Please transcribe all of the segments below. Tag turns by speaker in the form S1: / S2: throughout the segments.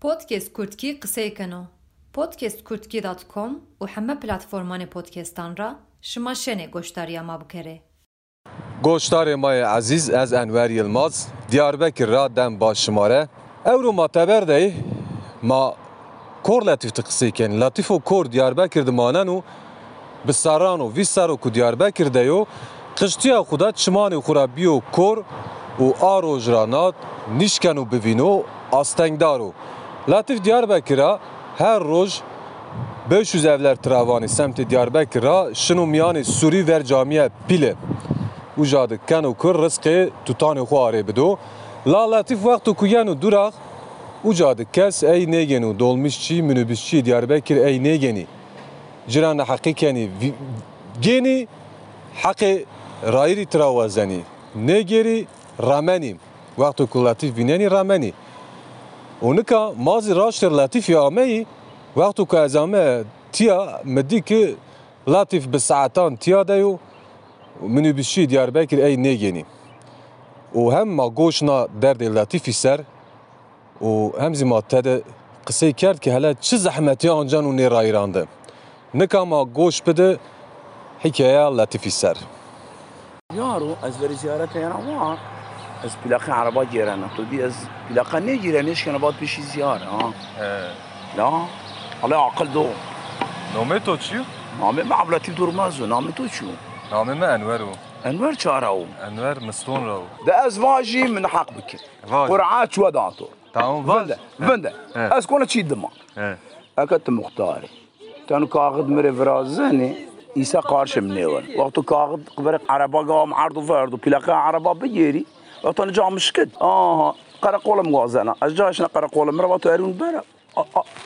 S1: Podcast Kurtki qseykenê. Podcastkurtki.com û heme platformanê podcastan ra ji maşenê goşdariya ma bikerê.
S2: گوشتار مای عزیز از انور یلماز دیاربکر را دم با شماره اورو ما تبر دی ما کور لطیف تقسی کن لطیف و کور دیاربکر دمانن و بساران و ویسار و کو دیاربکر دی و قشتی خدا چمان و خرابی و کور و آرو جرانات نیشکن و ببینو آستنگدار و لطیف دیاربکر را هر روز 500 evler travanı semti Diyarbakır'a şunu miyani Suri ver camiye e. pile. وجاد كان وكر رزقي توتاني خواري بدو لا لطيف وقت كيانو دراغ وجاد كاس اي نيجنو دولمشçi minibüsçi Diyarbakır اي نيجني جيران حقيقي يعني جيني حقي رايري تراوزني نيجري راماني وقت لطيف بناني راماني ونكا مازي راشتر لطيف يا امي وقت كازامه تيا مديك لطيف بساعتان تيا دايو minibüsçi Diyarbakır ey negeni. O hem ma goşna derdi latifi ser o hem zima tede kısay kert ki hele çi zahmeti ancan o nera irandı. Nika ma goş bide hikaye latifi ser.
S3: یارو از بری زیارت یارا وا از پلاخه عربا گیرن تو دی از پلاخه نه گیرنش کنه باد پیشی زیار ها
S2: اه.
S3: لا الله عقل دو
S2: Nome toçu?
S3: نامه معبلتی دورمازو نامه تو چو
S2: Name me Enver o.
S3: انور چاره او
S2: Enver Miston o.
S3: ده از واجی من حق بکن
S2: واجی.
S3: قرعات چو داتو
S2: Tamam
S3: فنده فنده
S2: اه.
S3: از کنه چی دمان
S2: He.
S3: اكت مختاري كانوا كاغد مري فرازاني إيسا قارش منيول وقتو كاغد قبرق عربا قام عرضو فاردو بلاقا عربا بيجيري وقتو نجا مشكد آه قرقولة مغازانا أجاشنا قرقولة مرة وقتو أرون برا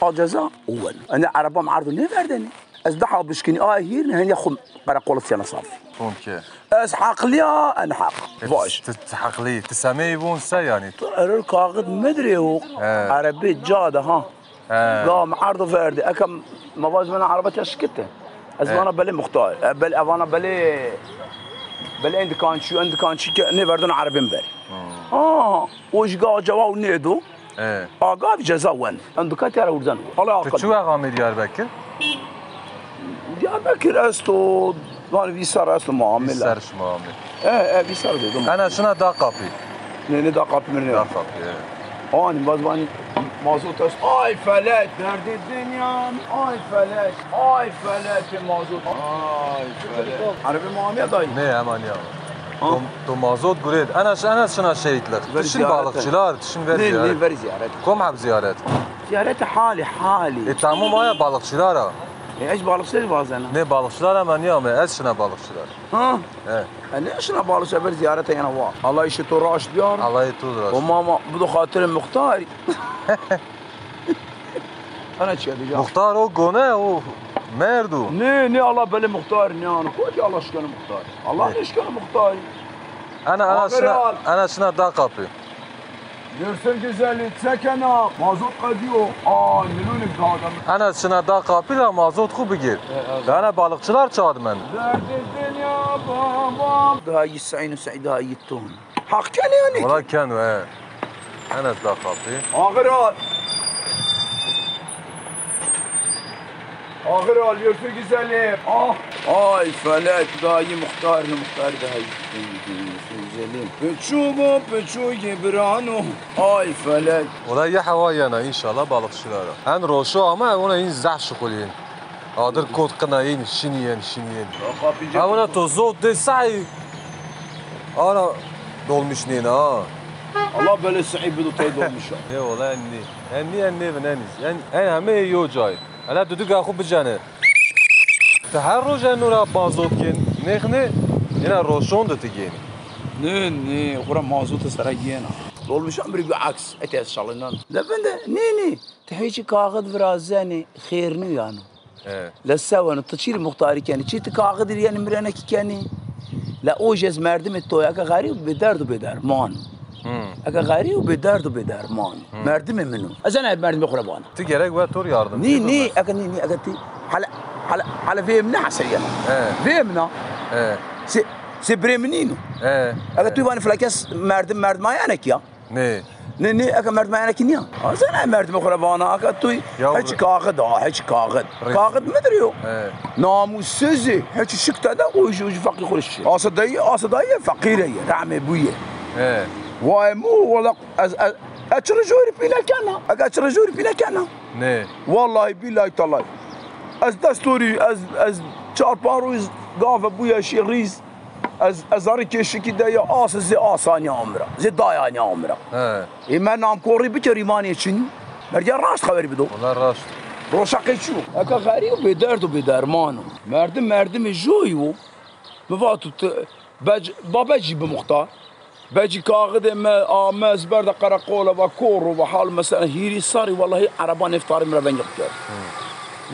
S3: أجازا أول أنا عربا معرضو ليه فارداني أزدحا بشكني آه هيرن هنيا خم قرقولة سيانا صافي
S2: Konke.
S3: أسحق ليا أنحق باش
S2: Taqli. Tisameyi bun se yani.
S3: قرر كاغد مدري هو
S2: آه.
S3: عربي جادة ها
S2: آه.
S3: قام عرض فردي اكم ما باز من عربتي اشكته ازوانا بلي مختار بل افانا بلي بل عند كان شو عند كان شي كأني بردون عربي مبري اه وش قا جوا نيدو آه،
S2: He.
S3: اقا جزا وين عند كاتيرا وردن الله
S2: Tuçu
S3: يعقل
S2: ağamı Diyarbakır?
S3: ديابكر استو وانا في سار استو معامل
S2: Ser şu muamele.
S3: ايه ايه في سار زيدو
S2: Ana şuna da kapı.
S3: نيني دا قاب من
S2: Da
S3: نيني
S2: kapı.
S3: آن باز من مازوت است آی فلک درد دنیام آی فلک آی فلک مازوت آی فلک عربی معامیه دایی
S2: Ne hemen ya.
S3: Ha?
S2: Tu mazot gurid. Ana ş- ana şuna şehitler.
S3: Ver
S2: Tişin
S3: ziyaret
S2: balıkçılar, tişin ver
S3: نه نه
S2: ziyaret.
S3: بر زیارت
S2: Kom hep ziyaret.
S3: زیارت حالی
S2: E
S3: حالی
S2: tamam aya balıkçılar ha.
S3: ایش بالا سر بازن
S2: Ne balıkçılar hemen ya mı? Ez şuna balıkçılar.
S3: ها
S2: He.
S3: انا ايش انا بالا سر بر زیارت یعنی وا الله ایش تو راش بیار
S2: Alayı tudur.
S3: و ماما بدو خاطر مختاری انا چی دیگه
S2: Muhtar o gone o merdu.
S3: نه نه الله بله مختار نه انا خودی الله شکنه مختاری الله نشکنه مختاری
S2: Ana ana
S3: Aferin
S2: şuna
S3: al.
S2: ana şuna da kapı.
S3: Görsel güzellik çekene mazot kadıyor. Aa nülünük dağdan.
S2: Ana şuna da kapı la mazot kubu gir.
S3: evet.
S2: Ana balıkçılar çağırdı beni.
S3: Derdi dünya babam. Daha yisayın say daha yittun. Hakken yani.
S2: Ola ken ve. Ana da kapı.
S3: Ağır al. Ağır al görsel güzellik. Ah. Ay felek dahi muhtar muhtar daha yittun. Güzelim. Püçü bu püçü gibranu. Ay felek.
S2: Ola ya havayana inşallah balıkçılara. En roşu ama ona in zahşı kulin. Adır kod kına in şiniyen şiniyen. Ha ona tozu desay. Ana dolmuş nin ha.
S3: Allah böyle sahibi tutaydı olmuş.
S2: Ne ola enni. Enni enni ben eniz. En en heme iyi ocay. Ana düdük akı bıcanı. Te her roj en ora bazotken. Nehne yine roşon da tigeni.
S3: نه نه غرا مازوت سرگینا لول مش عمري بالعكس انت شالنا لا بند نه نه تحيجي كاغد فرازاني خيرني يعني
S2: Evet.
S3: لا سوا التشير مختاري كان شي كاغد يعني مرانك كاني لا اوجز مردم التويا غريب بدرد بدر مان
S2: Hmm.
S3: اكا غريب بدرد بدر مان مردم منو ازنا مردم خربان
S2: Ti gerek ve tur yardım.
S3: ني ني اكا ني ني اكا تي حلا حلا حلا في منع سيانا
S2: Evet.
S3: في منع
S2: Evet.
S3: سي سي بريمنينو
S2: Evet.
S3: اكا تو فلاكس مردم مردم ما يانك يا
S2: Ne?
S3: نه نه اگه مرد معنا کنیا از نه مرد مخربانه اگه توی
S2: Ya
S3: هیچ
S2: bro.
S3: کاغد آه هیچ کاغد
S2: Reis.
S3: کاغد مدریو
S2: He.
S3: ناموسیزی هیچ شک داده اوج اوج فقیر خورش آسدایی آسدایی فقیره رحم بویه
S2: He.
S3: وای مو والا از از اچر جوری پیلا کنه اگه اچر جوری پیلا کنه
S2: Ne?
S3: والله بالله تالله از دستوری از از چهار پنج روز گاو بویا شیریز از از آری که شکی دیا آس زی آسانی عمره زی دایانی عمره
S2: He.
S3: ای من نام کوری بکر ایمانی چین مرجع راست خبری بدو
S2: Onlar rast.
S3: روشقی چو اکا غریب به درد و به درمانو مردم مردم جوی و مفاتو ت- بج با بجی بمختار بجی کاغد ما آماز برد قرقوله و کور و حال مثلا هیری ساری والله عربان افتاری مرا بنجق کرد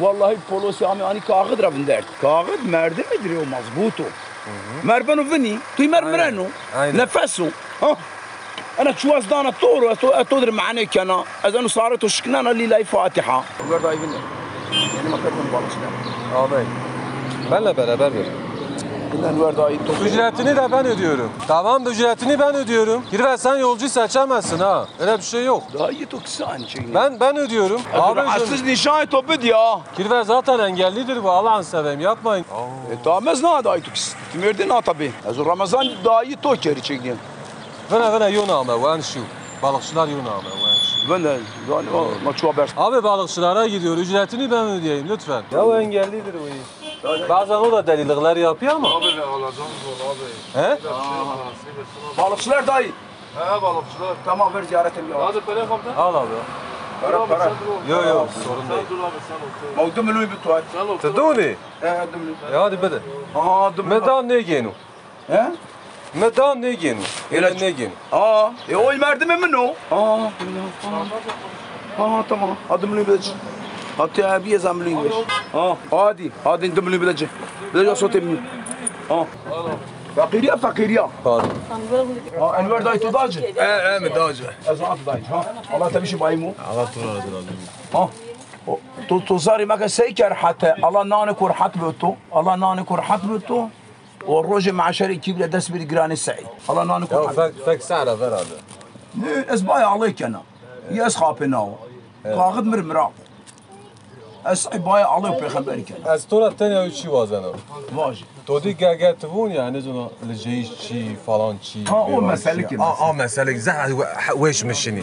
S3: والله پولوسی همی آنی کاغد را بندرد کاغد مردم مدری و مضبوطو مربنو ونی توی مرمرنو
S2: Aynen.
S3: نفسو ها انا تشواز دانا طور اتودر معنيك انا اذا صارت شكنانا اللي لاي فاتحه يعني ما كتبنا بالشنا
S2: Ağabey. Benle beraber ver.
S3: كنا الورد هاي
S2: Ücretini de ben ödüyorum. Tamam da ücretini ben ödüyorum. Girver sen yolcuyu seçemezsin ha. Öyle bir şey yok.
S3: هاي تكسان شيء
S2: Ben ben ödüyorum. Ağabeyciğim.
S3: عزز نشاي تو بديا
S2: Kirver zaten engellidir bu Allah'ını seveyim yapmayın.
S3: E, تامزنا هاي تكس تمردنا طبي از رمضان داي تو كيري شيء
S2: Vene vene Yunan'a ben şu. Balıkçılar Yunan'a ben şu.
S3: بنا يعني ما شو بس
S2: Abi balıkçılara gidiyor. Ücretini ben ödeyeyim lütfen. Ya o engellidir bu iş. Bazen o da delilikler yapıyor ama.
S4: Abi ne alacağımız ol abi.
S2: He?
S4: Nasip etsin abi.
S3: بالشلر داي
S4: He balıkçılar.
S3: تمام ver ziyaret ediyor.
S4: Hadi Pelin amca.
S2: Al abi.
S4: Para
S3: para.
S2: Yok yok sorun değil.
S4: Sen dur abi sen otur.
S3: موضوع ملوي بتوعد
S4: Sen otur.
S2: Taduni.
S3: اه دملي
S2: Ya E, hadi bede.
S3: اه دملي
S2: Medan ne genu?
S3: ها
S2: Medan ne genu? Hele ne genu?
S3: اه هو المردم منه اه اه تمام هذا من البلج هاتي عربية زعم الانجليش اه هادي هادي ندم لي بلجة بلجة صوتي مني اه فقيرية فقيرية
S2: Pardon.
S3: اه انوار داي تضاجة
S5: ايه ايه متزوجة
S3: ازعم تضاجة ها الله تمشي بايمو
S5: على طول على طول على طول
S3: اه تو تو زاري ماك سيكر حتى الله نانك ورحت بيتو الله نانك ورحت بيتو والروجي مع شريك يبدا دس بالجران السعيد الله نانك
S2: Ya
S3: ورحت
S2: fek, fek sara ver abi.
S3: Ne, ez bayağı alıyken ha. Ya ez kapına o. Kağıt mır mırak. Ez bayağı alıyor peygamberken.
S2: Ez tora tenya üçü vazen o.
S3: Vaj.
S2: Todi gaget vun yani zona ljeyiş çi falan çi.
S3: Ha, o
S2: bevan çi.
S3: mesele ki
S2: Ha, Ha meselek zah weş meşini.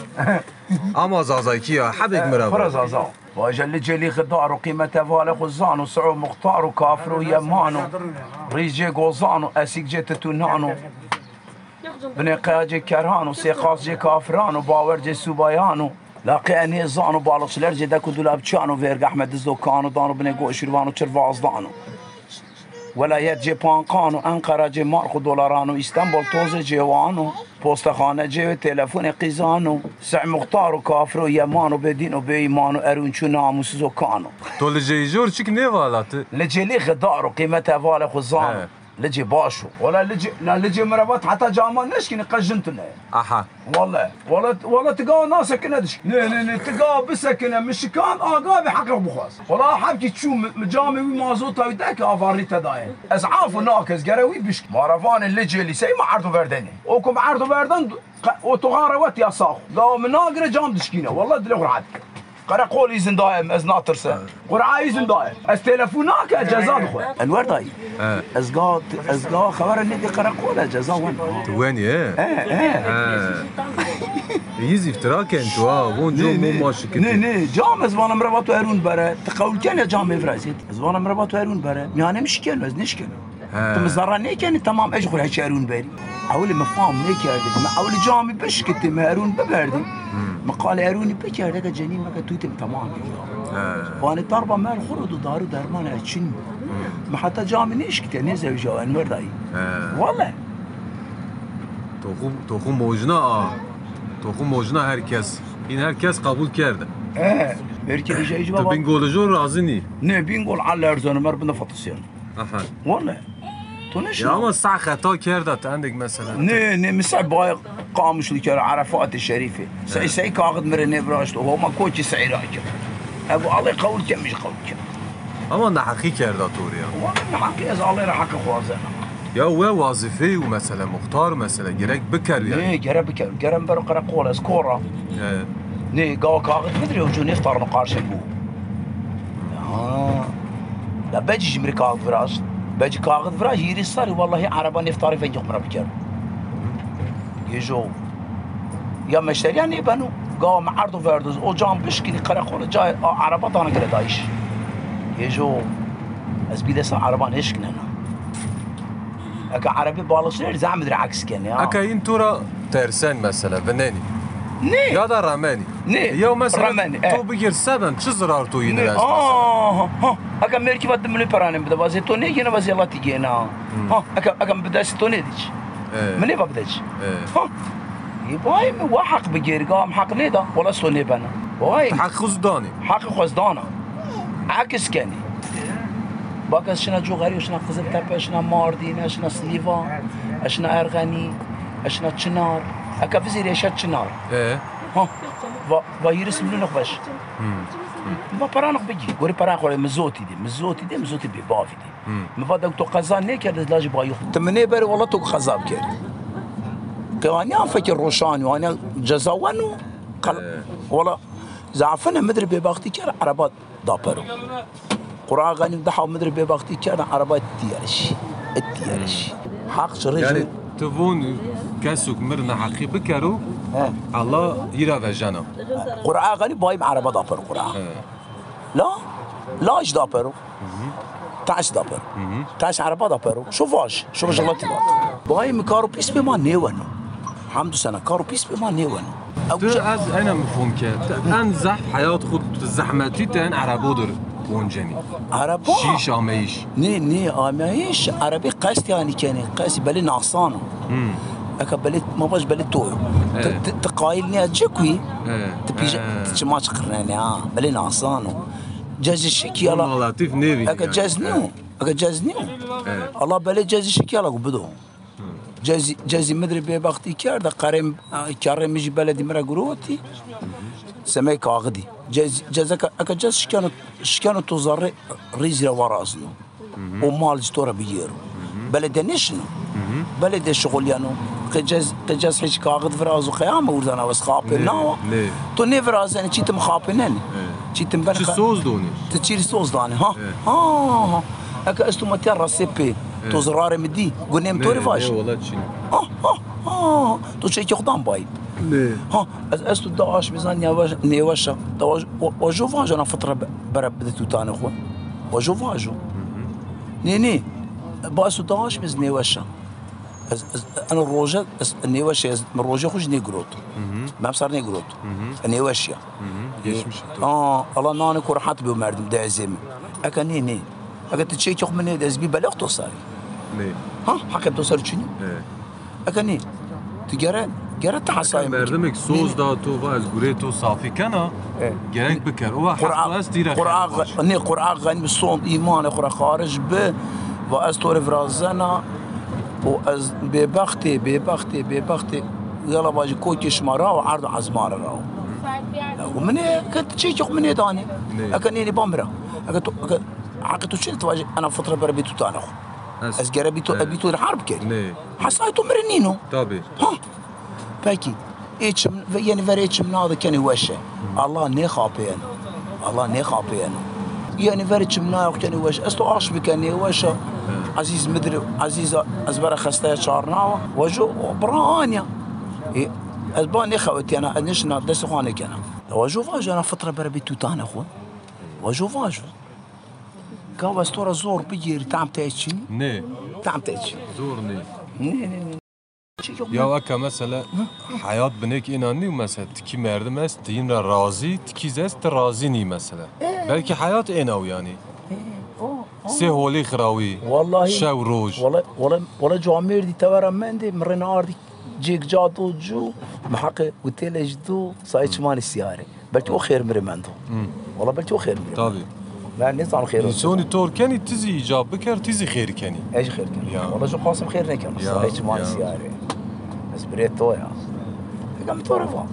S2: Ama zazaki ya habik merhaba.
S3: Fıraz azal. وجل جلي خضار وقيمة فاله خزان وسعو مختار وكافر ويمان ريجي غوزان واسيك جيت تونان بني قاجي كرهان وسيقاس جي كافران وباور جي سوبايان لاقي اني زان وبالشلر جي داكو دولاب تشان وفيرق احمد الزوكان ودان بني قو شروان وشرفاز دانو ولایت جی پانکان و انقره جی مارک و دلاران و استانبول توز جیوان و پستخانه جی و تلفن قیزان و سع مختار و کافر و یمان و بدین و به ایمان و ارونچو ناموس زکان و
S2: Todi ljeyiş çik ne valatı?
S3: لجلی غدار و قیمت اوال
S2: اه.
S3: خزان لجی باشو ولا لجی لا لجی مربط حتى جامان نشكي نقجنت له
S2: Aha.
S3: والله والله والله تقا ناسا كنا دش لا لا لا تقا بس كنا مش كان اقا بحق بخاص والله حبكي تشو مجامي ومازوتا وداك افاري تداين اسعاف ناكس قراوي بش مارفان اللي جيلي سي ما عرضو بردني اوكم عرضو بردن وتغاروت يا صاخ لو من ناقره جام دشكينا والله دلي قرعت قرا قولي زن دائم از ناطر سن قرعاي زن دائم از تلفوناك جزاد خو انور داي از قا از قا خبر اللي دي قرا قولا جزا وين
S2: Wen ye?
S3: ايه ايه
S2: Yiz iftira kent wa vun jo mu
S3: نه
S2: maşiketi.
S3: نه جام از وانم ربات و هرون بره تقول کن یا جام افرازید از وانم ربات و هرون بره میانه مشکن و از نشکن
S2: He.
S3: تم زرا نیکنی تمام اجخور هچ هرون بری اول مفهوم نکردی ما اول جامی بشکتی ما هرون ببردی
S2: Hmm.
S3: مقال هرونی بکرده که جنی مگه تویتم تمام وانا ضربة مال خرد ودارو درمان
S2: Hmm.
S3: هالشن ما حتى جامي نشكت نزل جو انور داي والله
S2: Tohum tohum bojna a. Tohum bojna herkes. İn herkes kabul kerdi.
S3: ايه مركي بيجي يجي
S2: Tu
S3: بابا
S2: bingolojor razı ni.
S3: نه بينقول على ارزون مربنا فطسيان
S2: Aha.
S3: والله تو نشنا
S2: Ya ama sağ hata kerdi tendek mesela.
S3: نه نه مسع باي قامش اللي كان عرفات الشريفة سعي سعي كاغد مرة نبراشت وهو ما كوتش سعي راكب أبو الله قول كم مش قول كم
S2: Ama ne hakik kerdi Tori ya.
S3: والله الحق يا الله راح أكل خوازنا
S2: Ya ve vazifeyi u mesele muhtar mesele gerek biker yani.
S3: Ne gerek bir kere. Gerek ben kara kola skora.
S2: Ee,
S3: Ne gav kağıt mıdır ya ucu neftarını karşı bu. Ha. Ya beci jimri kağıt biraz. Beci kağıt biraz yeri sarı. Vallahi araba neftarı fen yok bana bir kere. Gezo. Ya mesela yani ben o gav mağardu verdiz. O can bişkini kara kola cay a- araba dana göre da iş. Gezo. Ez bir de sen araban eşkine na. Aka arabi bağlasın her zahmedir aks ken ya.
S2: akayin tura tersen mesele ve neni.
S3: Ne?
S2: Ya da rameni.
S3: Ne?
S2: Ya mesela
S3: Rameni, e.
S2: tu bir girse ben çı zarar tu yine
S3: Ne?
S2: rez mesela.
S3: آه، ها، اگه مرکی بده ملی پرانه بده وازه تو نه گینه وازه لاتی گینه
S2: Hmm.
S3: ها اگه اگه بده سی تو نه دیچ
S2: Ee,
S3: منی با بدهش
S2: Evet.
S3: ها یبای می وا حق بگیر گام حق نه دا ولا سو نه بنا وای
S2: Hakkız dani.
S3: حق خوزدانه عکس کنی باکس شنا جوغری شنا قزل تپه شنا ماردین شنا سلیوا شنا ارغنی شنا چنار اگه وزیر شنا چنار
S2: Ee,
S3: ها و و یرس منو نخبش ما پرانق بگی گوری پران خوره مزوتی دی مزوتی دی مزوتی بی بافی دی مفادا تو قضا نکرد لاجی با یخ تمنه بر والله تو خذاب کرد قواني انا فكر روشاني وانا جزاوان قل... والله زعفنا مدري ببختي كان عربات دابرو قرا غني ضحى مدري ببختي كان عربات تيارش التيارش حق شرج
S2: yani tu bun kesuk mirna hakkı bikeru.
S3: ها
S2: Allah yira ve jana.
S3: قرا غني بايم عربه دابر قرا لا لاش دابرو تعش دابر تعش عربه دابرو شوفاش شوف جلاتي بايم كارو بيس بما نيوانو حمد سنه كارو بيس بما نيوانو
S2: Tu az ena mifhum ke. En zah hayat khud zahmeti ten arabudur. Bonceni.
S3: عربه
S2: Şiş ameiş.
S3: نه نه آمیش عربی قصد یعنی کنه قصد بلی نعصانه اکا بلی ما باش بلی تو
S2: إيه.
S3: تقایل نیا جکوی
S2: إيه.
S3: تبیج
S2: إيه.
S3: تشماش آه. قرنه ها بلی نعصانه جاز شکی
S2: Vallahi
S3: یالا
S2: latif nevi.
S3: اکا جاز نیو اکا جاز نیو
S2: Evet.
S3: الله بلی جاز شکی یالا بدو جازي جازي مدري ببختي كاردا قريم كريم يجي بلدي مرا قروتي سمي كاغدي جاز جازك اكا جاز شكانو شكانو توزاري ريزي وراسنو ومال جتورا بييرو بلد نشنو بلد شغل يانو قجاز قجاز حيش كاغد فرازو خيام وردانا بس خابي
S2: نه،
S3: ناو
S2: نه.
S3: تو ني فراز انا چيتم خابي نن چيتم بن
S2: Çi söz donu.
S3: تشيري صوص داني ها ها اكا استو ماتيار راسيبي تو زراري مدي قلنا متوري فاش
S2: Ola çin.
S3: آه، آه، آه، تو چه که خودم باید
S2: Ne?
S3: ها از از تو داعش بزن نیوش نیوش داعش و جو واجو انا فتره بر بده تو تانه خو و جو واجو نه نه با از تو داعش بز نیوش از از انا روجا از نیوش از من روجا خوش نیگروت ما صار نیگروت نیوش
S2: Geçmiş.
S3: اه الله ناني كرحات بو مردم ده زمي اكا نه نه اكا تشي كخ من ده زبي بلغ تو صار
S2: Ne?
S3: ها حق تو صار چني
S2: Evet.
S3: اکنی تو گره گره تحصای
S2: Berdemek söz da tu va ez gureto safi kana.
S3: Evet.
S2: Gerek biker. Ola haklı az dira.
S3: قرآن نه قرآن غنی به صوم ایمان خورا خارج به و از طور فرازنا و از ببختی ببختی ببختی یلا باجی کوکش مرا و عرض عزمار را و من كنت شيء شوق من يداني
S2: نعم.
S3: اكن ني بامرا اكن عقد شنت تواجه انا فتره بربيتو تانا
S2: أس-
S3: از جربيتو
S2: نعم.
S3: ابيتو الحرب كان
S2: نعم.
S3: حصايتو مرنينو
S2: Tabi.
S3: ها باكي ايش يعني فر ايش من هذا كان يوشى الله ني خابين الله ني خابين يعني فر ايش من هذا كان يوشى استو اش بكان يوشى عزيز مدري عزيز ازبر خسته شارنا وجو برانيا
S2: E,
S3: إيه، ازباني خوتي انا نش دس اخواني كان وجو فاجو انا فتره بربي توتان اخو وجو فاجو قال استورا زور بيجي تعم تايتشي
S2: Ne?
S3: تعم تايتشي
S2: Zor ne? Ya akka mesela hayat binek inanıyor mesela tiki merdim es dinle razı tikiz es de razı ni mesela. Belki hayat enav yani. Se holi khrawi.
S3: والله
S2: Şev roj.
S3: والله والله والله جو عمير دي تبر مندي مرينا اردي جيك جاتو جو محق وتيل جدو سايتش مال السياري بلتي هو خير مري مندو والله بلتي هو خير مري
S2: Tabi.
S3: مع الناس عن خير
S2: Sonu torkeni tizi icab biker tizi خیر keni.
S3: ايش خير كان
S2: يا.
S3: والله جو قاسم خير نكان
S2: يا،
S3: سايتش مال
S2: يا.
S3: السياري بس بريت تو يا قام تورفا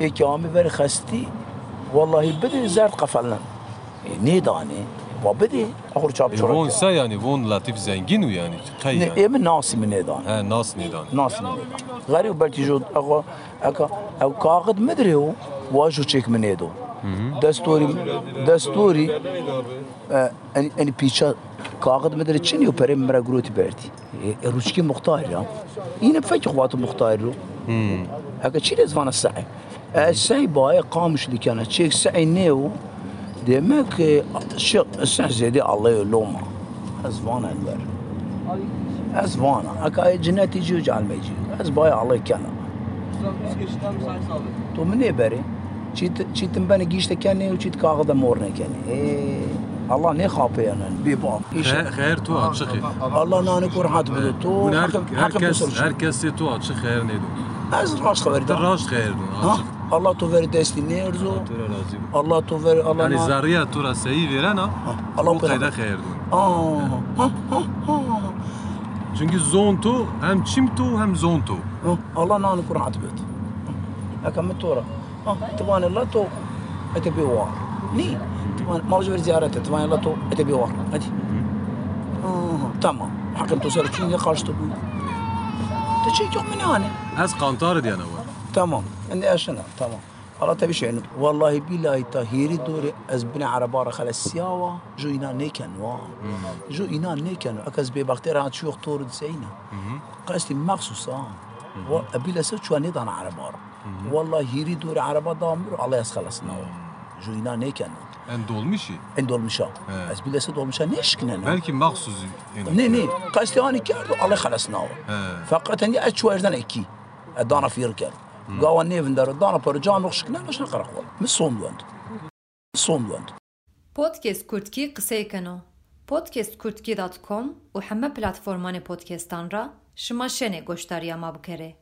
S3: هيك عمي بري خستي والله بدي زرت قفلنا إيه، نيداني با بده آخر چاپ
S2: E, Von
S3: چورا
S2: ise yani von Latif zengin u yani. Kay
S3: نه
S2: yani.
S3: ایم ناسی منه دان
S2: He nas nidan.
S3: ناسی منه دان غریب بلتی جو اقا اقا او کاغد مدره و واجو چک منه دو دستوری دستوری ان ان پیچا کاغد مدره چنی و پرم مرا گروتی بردی روچکی مختار یا این فکر خوات مختار رو هكا تشي لازم انا السعي السعي باي قامش اللي كان تشيك السعي نيو ديماك شق السعي زيدي الله يلومه ازفانا البر E ازفانا هكا جنات يجي وجعل ما يجي از باي الله كان تو مني بري تشيت تشيت مباني جيشتا كاني وتشيت كاغدا مورنا كاني إيه، الله ني خابي انا بيبا
S2: Her tu açık. e.
S3: الله نانك ورحات بدو تو حكم حكم
S2: herkes
S3: بصر
S2: herkes tu açık her neydi.
S3: از راس خبر ده.
S2: Raş her
S3: ها
S2: açık.
S3: الله تو فير دستي نيرزو
S2: Tura razı.
S3: الله تو فر الله
S2: Yani
S3: نا-
S2: zarıya tura seyi veren ha.
S3: Allah
S2: Bu
S3: peygamber.
S2: kayda hayırdır.
S3: آه، آه، آه،
S2: Çünkü zontu hem çimtu hem zontu.
S3: آه. الله نانك ورحات بيت هكا من تورا آه، تبان الله تو اتبي وار ني تبان ما رجع زيارته تبان الله تو اتبي وار هدي آه، تمام حكم توصل شنو قاشتو بي تشيك يوم من هنا
S2: Ez kantarı diyene var.
S3: تمام عندي اشنا تمام الله تبي شنو والله بلا طهيري دوري ازبنا على بار خلا السياوة جو انا نيكن وا جو انا نيكن اكز بي بكتير هات شو خطور زينا قاستي مخصوصا ابي لسه شو انا دان على بار والله هيري دوري على بار دامر الله يسخلصنا جو انا نيكن
S2: En dolmuş iyi.
S3: عند المشا ازبي لسه المشا نيشكنا
S2: Belki mahsusu. yani.
S3: نه نه قصدي أنا كارو الله خلصناه
S2: He.
S3: فقط أني أشوى إردن إكي أدانا في ركال قاوا نيفن دار دانا برجع مخشكنا ليش نقرأ خوال مش صوم لوند صوم لوند
S1: Podcast Kurdki qısaykan o. podcastkurdki.com u hemme platformanê podcastan ra şima şenê goşdariya ma bikerê.